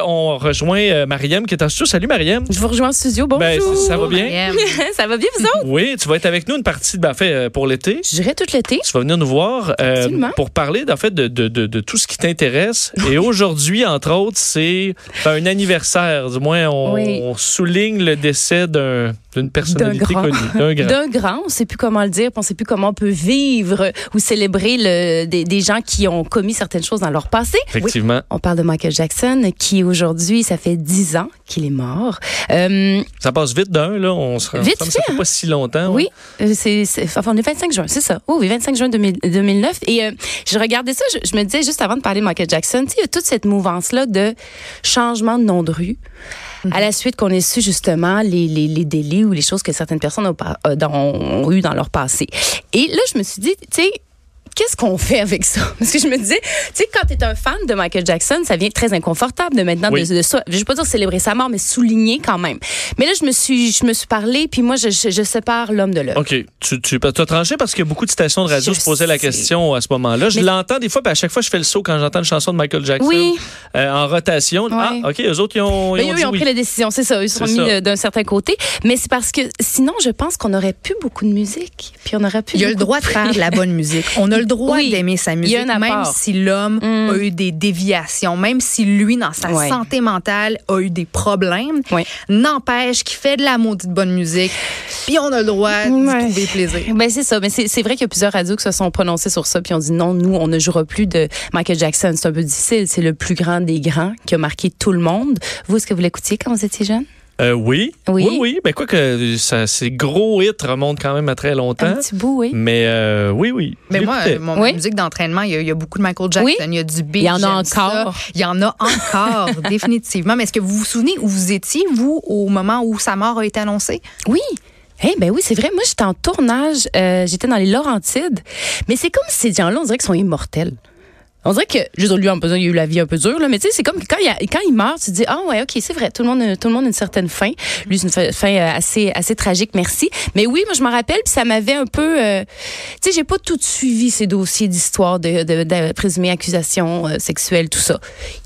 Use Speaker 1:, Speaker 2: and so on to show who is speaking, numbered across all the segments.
Speaker 1: On rejoint euh, Mariam qui est en studio. Salut Mariam.
Speaker 2: Je vous rejoins en studio. Bonjour.
Speaker 1: Ben, ça- ça va bien?
Speaker 2: Mariam.
Speaker 3: ça va bien, vous autres?
Speaker 1: Oui, tu vas être avec nous une partie de ben, en fait, euh, pour l'été.
Speaker 2: Je dirais tout l'été.
Speaker 1: Tu vas venir nous voir euh,
Speaker 2: Absolument.
Speaker 1: pour parler en fait de, de- de- de tout ce qui t'intéresse. Et aujourd'hui, entre autres, c'est ben, un anniversaire. Du moins, on,
Speaker 2: Oui.
Speaker 1: on souligne le décès d'un- d'une personnalité
Speaker 2: grand.
Speaker 1: connue, d'un grand.
Speaker 2: D'un grand, on ne sait plus comment le dire, puis on ne sait plus comment on peut vivre ou célébrer le- des, des gens qui ont commis certaines choses dans leur passé.
Speaker 1: Effectivement.
Speaker 2: On parle de Michael Jackson, qui aujourd'hui, ça fait 10 ans qu'il est mort. Euh,
Speaker 1: Ça passe vite d'un, là. On se rend
Speaker 2: Vite
Speaker 1: compte que ça fait pas si longtemps.
Speaker 2: oui, euh, c'est, c'est- enfin, on est 25 juin, c'est ça. Oh, oui, 25 juin 2000 2009. Et euh, je regardais ça, je, je me disais, juste avant de parler de Michael Jackson, tu sais, il y a toute cette mouvance-là de changement de nom de rue. À la suite qu'on ait su justement les, les, les délits ou les choses que certaines personnes ont, par- euh, dans- ont eu dans leur passé. Et là, je me suis dit, tu sais, qu'est-ce qu'on fait avec ça? Parce que je me disais, tu sais, quand tu es un fan de Michael Jackson, ça vient très inconfortable de maintenant
Speaker 1: Oui.
Speaker 2: de, de ça. Je vais pas dire célébrer sa mort, mais souligner quand même. Mais là, je me suis, je me suis parlé, puis moi, je, je, je sépare l'homme de l'œuvre.
Speaker 1: OK. Tu, tu as tranché parce que beaucoup de stations de radio
Speaker 2: Je
Speaker 1: se posaient la
Speaker 2: sais.
Speaker 1: question à ce moment-là. Je
Speaker 2: Mais-
Speaker 1: l'entends des fois, puis à chaque fois, je fais le saut quand j'entends une chanson de Michael Jackson
Speaker 2: Oui.
Speaker 1: euh, en rotation. Ah, OK, eux autres, ils ont,
Speaker 2: Ben,
Speaker 1: ils ont
Speaker 2: eux,
Speaker 1: dit
Speaker 2: ils ont
Speaker 1: oui.
Speaker 2: pris la décision, c'est ça. Ils se sont
Speaker 1: C'est
Speaker 2: mis
Speaker 1: ça.
Speaker 2: de- d'un certain côté. Mais c'est parce que sinon, je pense qu'on aurait plus beaucoup de musique, puis on aurait plus.
Speaker 3: Il y a le
Speaker 2: beaucoup
Speaker 3: droit de faire de la bonne musique. On a le droit
Speaker 2: Oui.
Speaker 3: d'aimer sa
Speaker 2: y a
Speaker 3: musique,
Speaker 2: un
Speaker 3: même
Speaker 2: apport.
Speaker 3: si l'homme
Speaker 2: Mm.
Speaker 3: a eu des déviations, même si lui, dans sa
Speaker 2: Ouais.
Speaker 3: santé mentale, a eu des problèmes.
Speaker 2: Ouais.
Speaker 3: N'empêche qu'il fait de la maudite bonne musique, puis on a le droit d'y
Speaker 2: Ouais.
Speaker 3: trouver plaisir.
Speaker 2: Ben c'est ça, mais c'est c'est vrai qu'il y a plusieurs radios qui se sont prononcées sur ça, puis ont dit non, nous on ne jouera plus de Michael Jackson. C'est un peu difficile, c'est le plus grand des grands qui a marqué tout le monde. Vous, est-ce que vous l'écoutiez quand vous étiez jeune
Speaker 1: Euh, oui.
Speaker 2: Oui.
Speaker 1: Oui, oui. Ben, quoi que ça, ces gros hits remontent quand même à très
Speaker 2: Un
Speaker 1: longtemps.
Speaker 2: petit bout, oui.
Speaker 1: Mais euh, oui, oui.
Speaker 3: Mais moi,
Speaker 1: J'écoutais.
Speaker 3: euh, mon
Speaker 2: Oui.
Speaker 3: musique d'entraînement, il y, a- il y a beaucoup de Michael Jackson,
Speaker 2: Oui.
Speaker 3: il y a du Big,
Speaker 2: Il y en a
Speaker 3: j'aime ça.
Speaker 2: encore.
Speaker 3: Il y en a encore, définitivement. Mais est-ce que vous vous souvenez où vous étiez, vous, au moment où sa mort a été annoncée?
Speaker 2: Oui. Eh ben oui, c'est vrai. Moi, j'étais en tournage. euh, j'étais dans les Laurentides. Mais c'est comme si ces gens-là, on dirait qu'ils sont immortels. On dirait que, juste lui, en besoin, il a eu la vie un peu dure, là, mais tu sais, c'est comme que quand il, a- quand il meurt, tu te dis, ah ouais, ok, c'est vrai, tout le monde, a- tout le monde a une certaine fin. Lui, c'est une fa- fin euh, assez, assez tragique, merci. Mais oui, moi, je m'en rappelle, puis ça m'avait un peu, euh, tu sais, j'ai pas tout suivi ces dossiers d'histoire de, de, de présumées accusations euh, sexuelles, tout ça.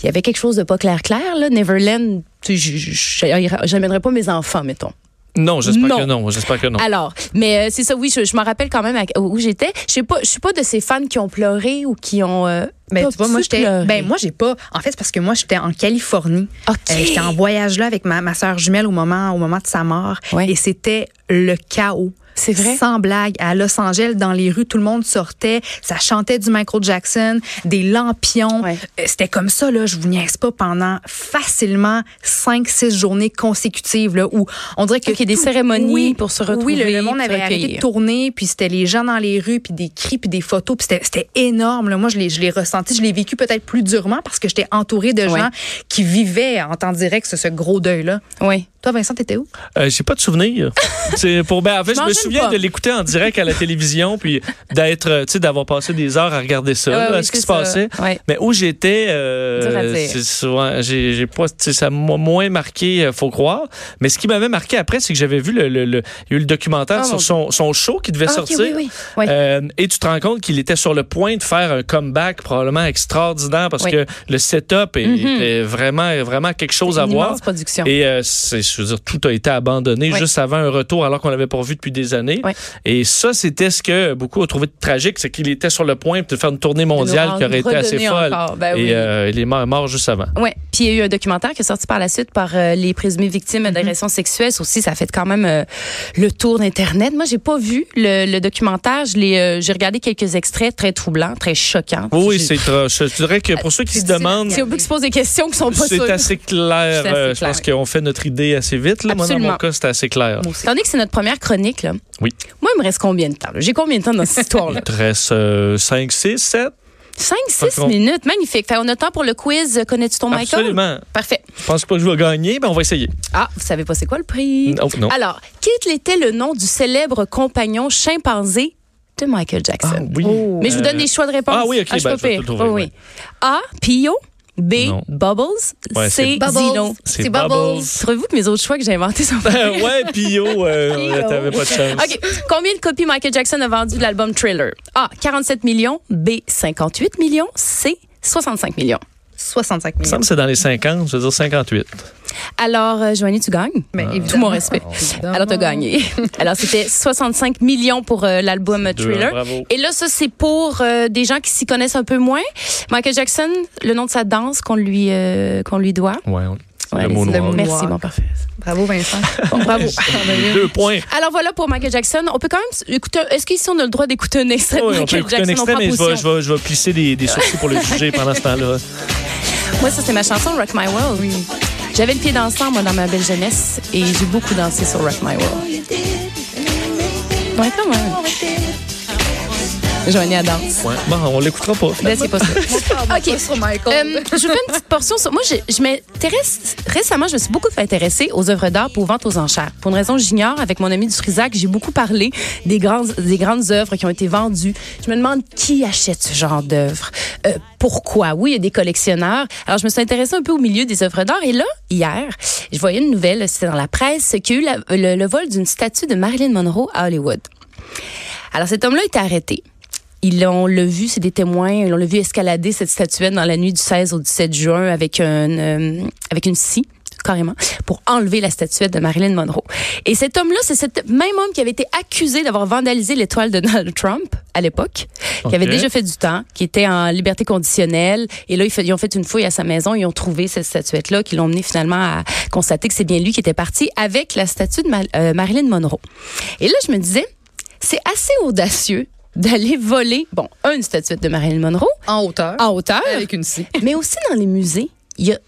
Speaker 2: Il y avait quelque chose de pas clair-clair, là. Neverland, tu sais, je- je- j'amènerais pas mes enfants, mettons.
Speaker 1: Non, j'espère
Speaker 2: Non.
Speaker 1: que non. J'espère que non.
Speaker 2: Alors, mais euh, c'est ça, oui, je, je me rappelle quand même à- où j'étais. Je sais pas, je suis pas de ces fans qui ont pleuré ou qui ont. euh,
Speaker 3: Ben,
Speaker 2: pas
Speaker 3: tu vois, moi,
Speaker 2: pu
Speaker 3: j'étais.
Speaker 2: pleurer.
Speaker 3: Ben, moi, j'ai pas. En fait, c'est parce que moi, j'étais en Californie.
Speaker 2: Ok.
Speaker 3: Euh, j'étais en voyage là avec ma, ma soeur jumelle au moment, au moment de sa mort.
Speaker 2: Ouais.
Speaker 3: Et c'était le chaos.
Speaker 2: C'est vrai?
Speaker 3: Sans blague. À Los Angeles, dans les rues, tout le monde sortait. Ça chantait du Michael Jackson, des lampions.
Speaker 2: Ouais.
Speaker 3: Euh, C'était comme ça, là. Je vous niaise pas pendant facilement 5-6 journées consécutives, là, où on dirait que.
Speaker 2: Ok, des
Speaker 3: tout-
Speaker 2: cérémonies
Speaker 3: Oui,
Speaker 2: pour se retrouver,
Speaker 3: Oui, le, le monde
Speaker 2: se
Speaker 3: avait arrêté de
Speaker 2: recueillir.
Speaker 3: tourner, puis c'était les gens dans les rues, puis des cris, puis des photos, puis c'était- c'était énorme. là. Moi, je l'ai je l'ai ressenti, je l'ai vécu peut-être plus durement parce que j'étais entourée de
Speaker 2: Ouais.
Speaker 3: gens qui vivaient en temps direct ce, ce gros deuil-là.
Speaker 2: Oui.
Speaker 3: Toi, Vincent, t'étais où?
Speaker 1: Euh, j'ai pas de souvenir. C'est pour ben, en fait, je me
Speaker 2: M'imagine
Speaker 1: souviens
Speaker 2: pas.
Speaker 1: de l'écouter en direct à la télévision puis d'être euh, tu sais d'avoir passé des heures à regarder ça,
Speaker 2: Ouais,
Speaker 1: là,
Speaker 2: Ah oui,
Speaker 1: euh, ce qui
Speaker 2: c'est
Speaker 1: se
Speaker 2: ça.
Speaker 1: passait.
Speaker 2: Ouais.
Speaker 1: Mais où j'étais euh,
Speaker 2: Dur à dire.
Speaker 1: c'est souvent j'ai j'ai pas tu sais, ça m'a moins marqué euh, faut croire, mais ce qui m'avait marqué après c'est que j'avais vu le, le- le- il y a eu le documentaire
Speaker 2: Ah, mon
Speaker 1: sur son, son show qui devait
Speaker 2: Ah, ok,
Speaker 1: sortir.
Speaker 2: oui, oui. Ouais.
Speaker 1: Euh, et tu te rends compte qu'il était sur le point de faire un comeback probablement extraordinaire parce
Speaker 2: Oui.
Speaker 1: que le setup est,
Speaker 2: Mhm.
Speaker 1: était vraiment vraiment quelque chose à
Speaker 2: Une
Speaker 1: voir.
Speaker 2: immense production.
Speaker 1: Et euh, c'est, je veux dire, tout a été abandonné
Speaker 2: Ouais.
Speaker 1: juste avant un retour alors qu'on l'avait pas vu depuis des années.
Speaker 2: Ouais.
Speaker 1: Et ça, c'était ce que beaucoup ont trouvé de tragique, c'est qu'il était sur le point de faire une tournée mondiale
Speaker 2: nous
Speaker 1: qui aurait été
Speaker 2: redonner
Speaker 1: assez folle.
Speaker 2: encore. Ben
Speaker 1: et
Speaker 2: oui.
Speaker 1: euh, il est mort, mort juste avant.
Speaker 2: Oui, puis il y a eu un documentaire qui est sorti par la suite par euh, les présumées victimes d'agressions sexuelles. Ça aussi, ça a fait quand même euh, le tour d'Internet. Moi, j'ai pas vu le, le documentaire. Je l'ai, euh, J'ai regardé quelques extraits très troublants, très choquants.
Speaker 1: Oui, oui,
Speaker 2: J'ai-
Speaker 1: c'est tra- Je je dirais que pour ceux qui se
Speaker 3: difficile à
Speaker 1: demandent,
Speaker 2: Si on peut se pose des questions qui sont Ah, pas
Speaker 1: c'est
Speaker 2: sûres.
Speaker 1: assez clair.
Speaker 2: C'est assez
Speaker 1: euh, Je pense qu'on fait notre idée assez vite. Là. Moi, dans mon
Speaker 2: Absolument.
Speaker 1: cas, c'était assez clair.
Speaker 3: Moi aussi.
Speaker 2: Tandis que c'est notre première chronique, là.
Speaker 1: Oui.
Speaker 2: Moi, il me reste combien de temps? là? J'ai combien de temps dans cette histoire-là?
Speaker 1: Il te reste euh, 5, 6, 7.
Speaker 2: 5
Speaker 1: Pas
Speaker 2: 6
Speaker 1: trop.
Speaker 2: minutes, magnifique. Fait, on a temps pour le quiz Connais-tu ton Michael
Speaker 1: Absolument.
Speaker 2: Parfait.
Speaker 1: Je pense pas que je vais gagner, mais on va essayer.
Speaker 2: Ah, vous savez pas c'est quoi le prix
Speaker 1: Non, non.
Speaker 2: Alors, quel était le nom du célèbre compagnon chimpanzé de Michael Jackson
Speaker 1: Ah, oui.
Speaker 3: Oh.
Speaker 2: Mais je vous donne des choix de réponse.
Speaker 1: ah oui, ok,
Speaker 2: je suis
Speaker 1: ben,
Speaker 2: pas
Speaker 1: je vais
Speaker 2: pire.
Speaker 1: te le trouver,
Speaker 2: Oui,
Speaker 1: ouais.
Speaker 2: oui. A, Pio, B,
Speaker 1: Non.
Speaker 2: Bubbles,
Speaker 1: Ouais, c'est-
Speaker 2: C,
Speaker 3: Bubbles.
Speaker 2: Zino.
Speaker 1: C'est
Speaker 3: C'est Bubbles.
Speaker 2: Trouvez-vous que mes autres choix que j'ai inventés sont pas
Speaker 1: Euh, ouais, Pio, euh,
Speaker 2: Pio.
Speaker 1: t'avais pas de chance.
Speaker 2: OK. Combien de copies Michael Jackson a vendu de l'album Thriller? A. 47 millions. B. 58 millions. C. 65 millions.
Speaker 3: 65
Speaker 1: Il me
Speaker 3: millions.
Speaker 1: semble que c'est dans les 50, je veux dire 58.
Speaker 2: Alors, euh, Joanie, tu gagnes.
Speaker 3: Mais évidemment.
Speaker 2: Tout mon respect. Alors, t'as gagné. Alors, c'était 65 millions pour euh, l'album
Speaker 1: Deux,
Speaker 2: Thriller.
Speaker 1: bravo.
Speaker 2: Et là, ça, c'est pour euh, des gens qui s'y connaissent un peu moins. Michael Jackson, le nom de sa danse qu'on lui, euh, qu'on lui doit.
Speaker 1: Ouais, on-
Speaker 2: Ouais,
Speaker 1: le mot
Speaker 2: allez-y.
Speaker 1: noir.
Speaker 3: Le mot
Speaker 2: Merci,
Speaker 3: noir.
Speaker 2: bon, parfait.
Speaker 3: Bravo, Vincent.
Speaker 2: Bon, bravo.
Speaker 1: Deux points.
Speaker 2: Alors voilà pour Michael Jackson. On peut quand même s- écouter. un- Est-ce qu'ici on a le droit d'écouter un extrait
Speaker 1: Oui, on peut
Speaker 2: de Michael
Speaker 1: écouter un
Speaker 2: Jackson
Speaker 1: extrait,
Speaker 2: prend
Speaker 1: mais je vais,
Speaker 2: position.
Speaker 1: je vais- je vais plisser des, des sourcils pour le juger pendant ce temps-là.
Speaker 2: Moi, ça, c'est ma chanson, Rock My World. J'avais le pied dansant, moi, dans ma belle jeunesse, et j'ai beaucoup dansé sur Rock My World. Ouais, quand même. Joanie à danse.
Speaker 1: Ouais. Bon, on l'écoutera pas.
Speaker 2: Là, c'est pas ça.
Speaker 3: OK. Sur Michael.
Speaker 2: Euh, je vous fais une petite portion. Sur... Moi, je, je m'intéresse. Récemment, je me suis beaucoup fait intéresser aux œuvres d'art pour vente aux enchères. Pour une raison que j'ignore, avec mon ami du Frisac, j'ai beaucoup parlé des grandes, des grandes œuvres qui ont été vendues. Je me demande qui achète ce genre d'œuvres. Euh, pourquoi? Oui, il y a des collectionneurs. Alors, je me suis intéressée un peu au milieu des œuvres d'art. Et là, hier, je voyais une nouvelle, c'était dans la presse, qu'il y a eu la- le- le vol d'une statue de Marilyn Monroe à Hollywood. Alors, cet homme-là était arrêté. Ils l'ont- on l'a vu, c'est des témoins, on l'a vu escalader cette statuette dans la nuit du 16 au 17 juin avec une, euh, avec une scie carrément, pour enlever la statuette de Marilyn Monroe. Et cet homme-là, c'est cet même homme qui avait été accusé d'avoir vandalisé l'étoile de Donald Trump à l'époque,
Speaker 1: Ok.
Speaker 2: qui avait déjà fait du temps, qui était en liberté conditionnelle. Et là, ils, fait- ils ont fait une fouille à sa maison, ils ont trouvé cette statuette-là, qui l'ont emmené finalement à constater que c'est bien lui qui était parti avec la statue de Ma- euh, Marilyn Monroe. Et là, je me disais, c'est assez audacieux d'aller voler, bon, une statuette de Marilyn Monroe
Speaker 3: en hauteur.
Speaker 2: Euh, en hauteur,
Speaker 3: Avec une scie.
Speaker 2: mais aussi dans les musées. Il y a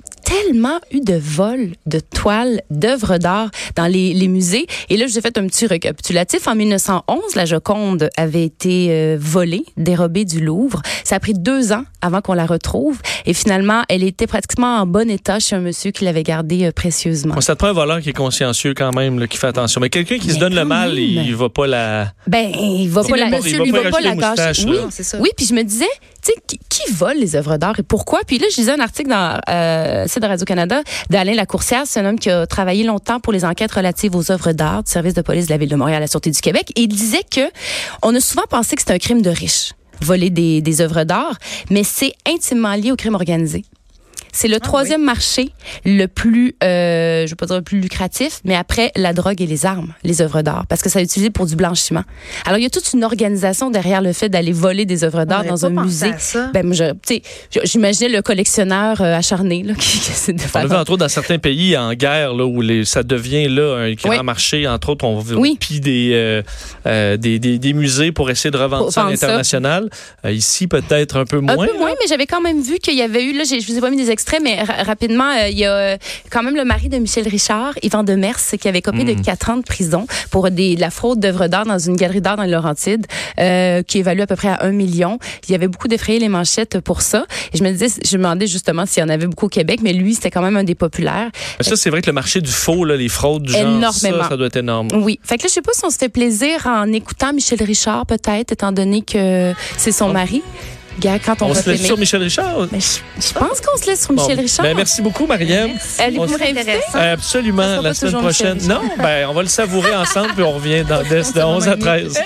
Speaker 2: tellement eu de vols de toiles, d'œuvres d'art dans les, les musées. Et là, j'ai fait un petit récapitulatif. En 1911, la Joconde avait été euh, volée, dérobée du Louvre. Ça a pris deux ans avant qu'on la retrouve. Et finalement, elle était pratiquement en bon état chez un monsieur qui l'avait gardée euh, précieusement.
Speaker 1: Bon, ça te prend un voleur qui est consciencieux quand même, là, qui fait attention. Mais quelqu'un qui se
Speaker 2: Mais
Speaker 1: donne le
Speaker 2: quand
Speaker 1: mal,
Speaker 2: même.
Speaker 1: il va pas la.
Speaker 2: Ben, il va
Speaker 3: C'est
Speaker 2: pas la,
Speaker 3: le monsieur,
Speaker 2: il
Speaker 3: lui,
Speaker 2: va
Speaker 3: il va
Speaker 2: pas
Speaker 1: acheter
Speaker 2: la
Speaker 1: les
Speaker 2: gâcher.
Speaker 1: moustaches,
Speaker 2: Oui,
Speaker 1: là.
Speaker 3: Non, c'est ça.
Speaker 2: Oui, puis je me disais, tu sais, qui, qui vole les œuvres d'art et pourquoi? Puis là, je lisais un article dans euh, site de Radio-Canada d'Alain Lacourcière. C'est un homme qui a travaillé longtemps pour les enquêtes relatives aux œuvres d'art du service de police de la Ville de Montréal à la Sûreté du Québec. Et il disait que on a souvent pensé que c'était un crime de riches, voler des, des œuvres d'art, mais c'est intimement lié au crime organisé. C'est
Speaker 3: Ah,
Speaker 2: le troisième marché le plus, euh, je vais pas dire le plus lucratif, mais après la drogue et les armes, les œuvres d'art, parce que ça est utilisé pour du blanchiment. Alors il y a toute une organisation derrière le fait d'aller voler des œuvres d'art
Speaker 3: n'avait
Speaker 2: dans
Speaker 3: pas
Speaker 2: un
Speaker 3: pensé
Speaker 2: musée.
Speaker 3: à ça.
Speaker 2: Ben, moi, je, tu sais, je- j'imaginais le collectionneur euh, acharné là, qui, qui essaie de
Speaker 1: On
Speaker 2: faire.
Speaker 1: le vu, entre autres, dans certains pays en guerre, là, où les, ça devient là, un grand
Speaker 2: Oui.
Speaker 1: marché. Entre autres, on
Speaker 2: Oui.
Speaker 1: pille des, euh, euh, des, des- des musées pour essayer de revendre
Speaker 2: Pour
Speaker 1: ça à
Speaker 2: vendre ça.
Speaker 1: l'international. Euh, ici, peut-être un peu
Speaker 2: Un
Speaker 1: moins.
Speaker 2: peu moins, mais j'avais quand même vu qu'il y avait eu, là, j'ai- je vous ai pas mis des extraits, mais ra- rapidement, euh, il y a euh, quand même le mari de Michel Richard, Yvan Demers, qui avait copié
Speaker 1: Hmm.
Speaker 2: de 4 ans de prison pour des, de la fraude d'œuvres d'art dans une galerie d'art dans les Laurentides, euh, qui évalue à peu près à 1 million. Il y avait beaucoup défrayé les manchettes pour ça. Et je me disais, je me demandais justement s'il y en avait beaucoup au Québec, mais lui, c'était quand même un des populaires.
Speaker 1: Mais Ça, c'est vrai que le marché du faux, là, les fraudes du genre,
Speaker 2: Énormément.
Speaker 1: ça, ça doit être énorme.
Speaker 2: Oui. Fait que là, je sais pas si on se fait plaisir en écoutant Michel Richard, peut-être, étant donné que c'est son mari. Gars, quand on,
Speaker 1: On
Speaker 2: va
Speaker 1: se laisse
Speaker 2: t'aimer-
Speaker 1: sur Michel Richard?
Speaker 2: Mais je, je pense qu'on se laisse sur
Speaker 1: Bon.
Speaker 2: Michel Richard.
Speaker 1: Ben, merci beaucoup, Mariam.
Speaker 2: Elle est
Speaker 1: On
Speaker 2: pour
Speaker 1: se-
Speaker 2: inviter.
Speaker 1: Euh, Absolument,
Speaker 2: sera
Speaker 1: la
Speaker 2: pas
Speaker 1: semaine
Speaker 2: toujours Michel
Speaker 1: prochaine. Non, ben, on va le savourer ensemble, puis on revient dans, de, de 11 à 13.